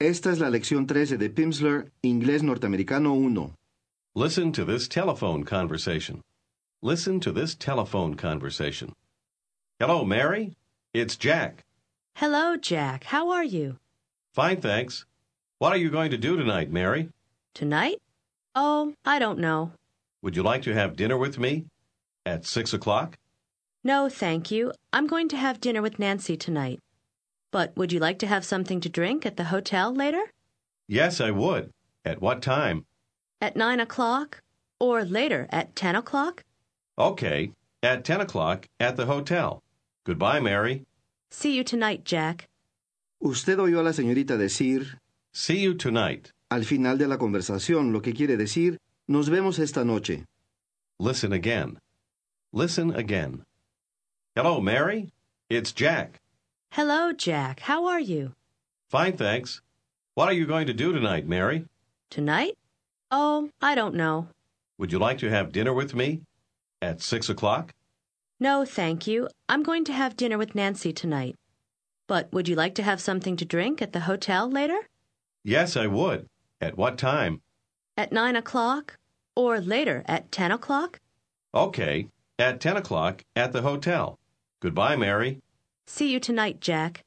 Esta es la lección 13 de Pimsleur, Inglés Norteamericano 1. Listen to this telephone conversation. Listen to this telephone conversation. Hello, Mary. It's Jack. Hello, Jack. How are you? Fine, thanks. What are you going to do tonight, Mary? Tonight? Oh, I don't know. Would you like to have dinner with me? At six o'clock? No, thank you. I'm going to have dinner with Nancy tonight. But would you like to have something to drink at the hotel later? Yes, I would. At what time? At nine o'clock? Or later at ten o'clock? Okay, at ten o'clock at the hotel. Goodbye, Mary. See you tonight, Jack. Usted oyó a la señorita decir, See you tonight. al final de la conversación, lo que quiere decir, nos vemos esta noche. Listen again. Listen again. Hello, Mary. It's Jack. Hello, Jack. How are you? Fine, thanks. What are you going to do tonight, Mary? Tonight? Oh, I don't know. Would you like to have dinner with me? At six o'clock? No, thank you. I'm going to have dinner with Nancy tonight. But would you like to have something to drink at the hotel later? Yes, I would. At what time? At nine o'clock? Or later at ten o'clock? Okay, at ten o'clock at the hotel. Goodbye, Mary. See you tonight, Jack.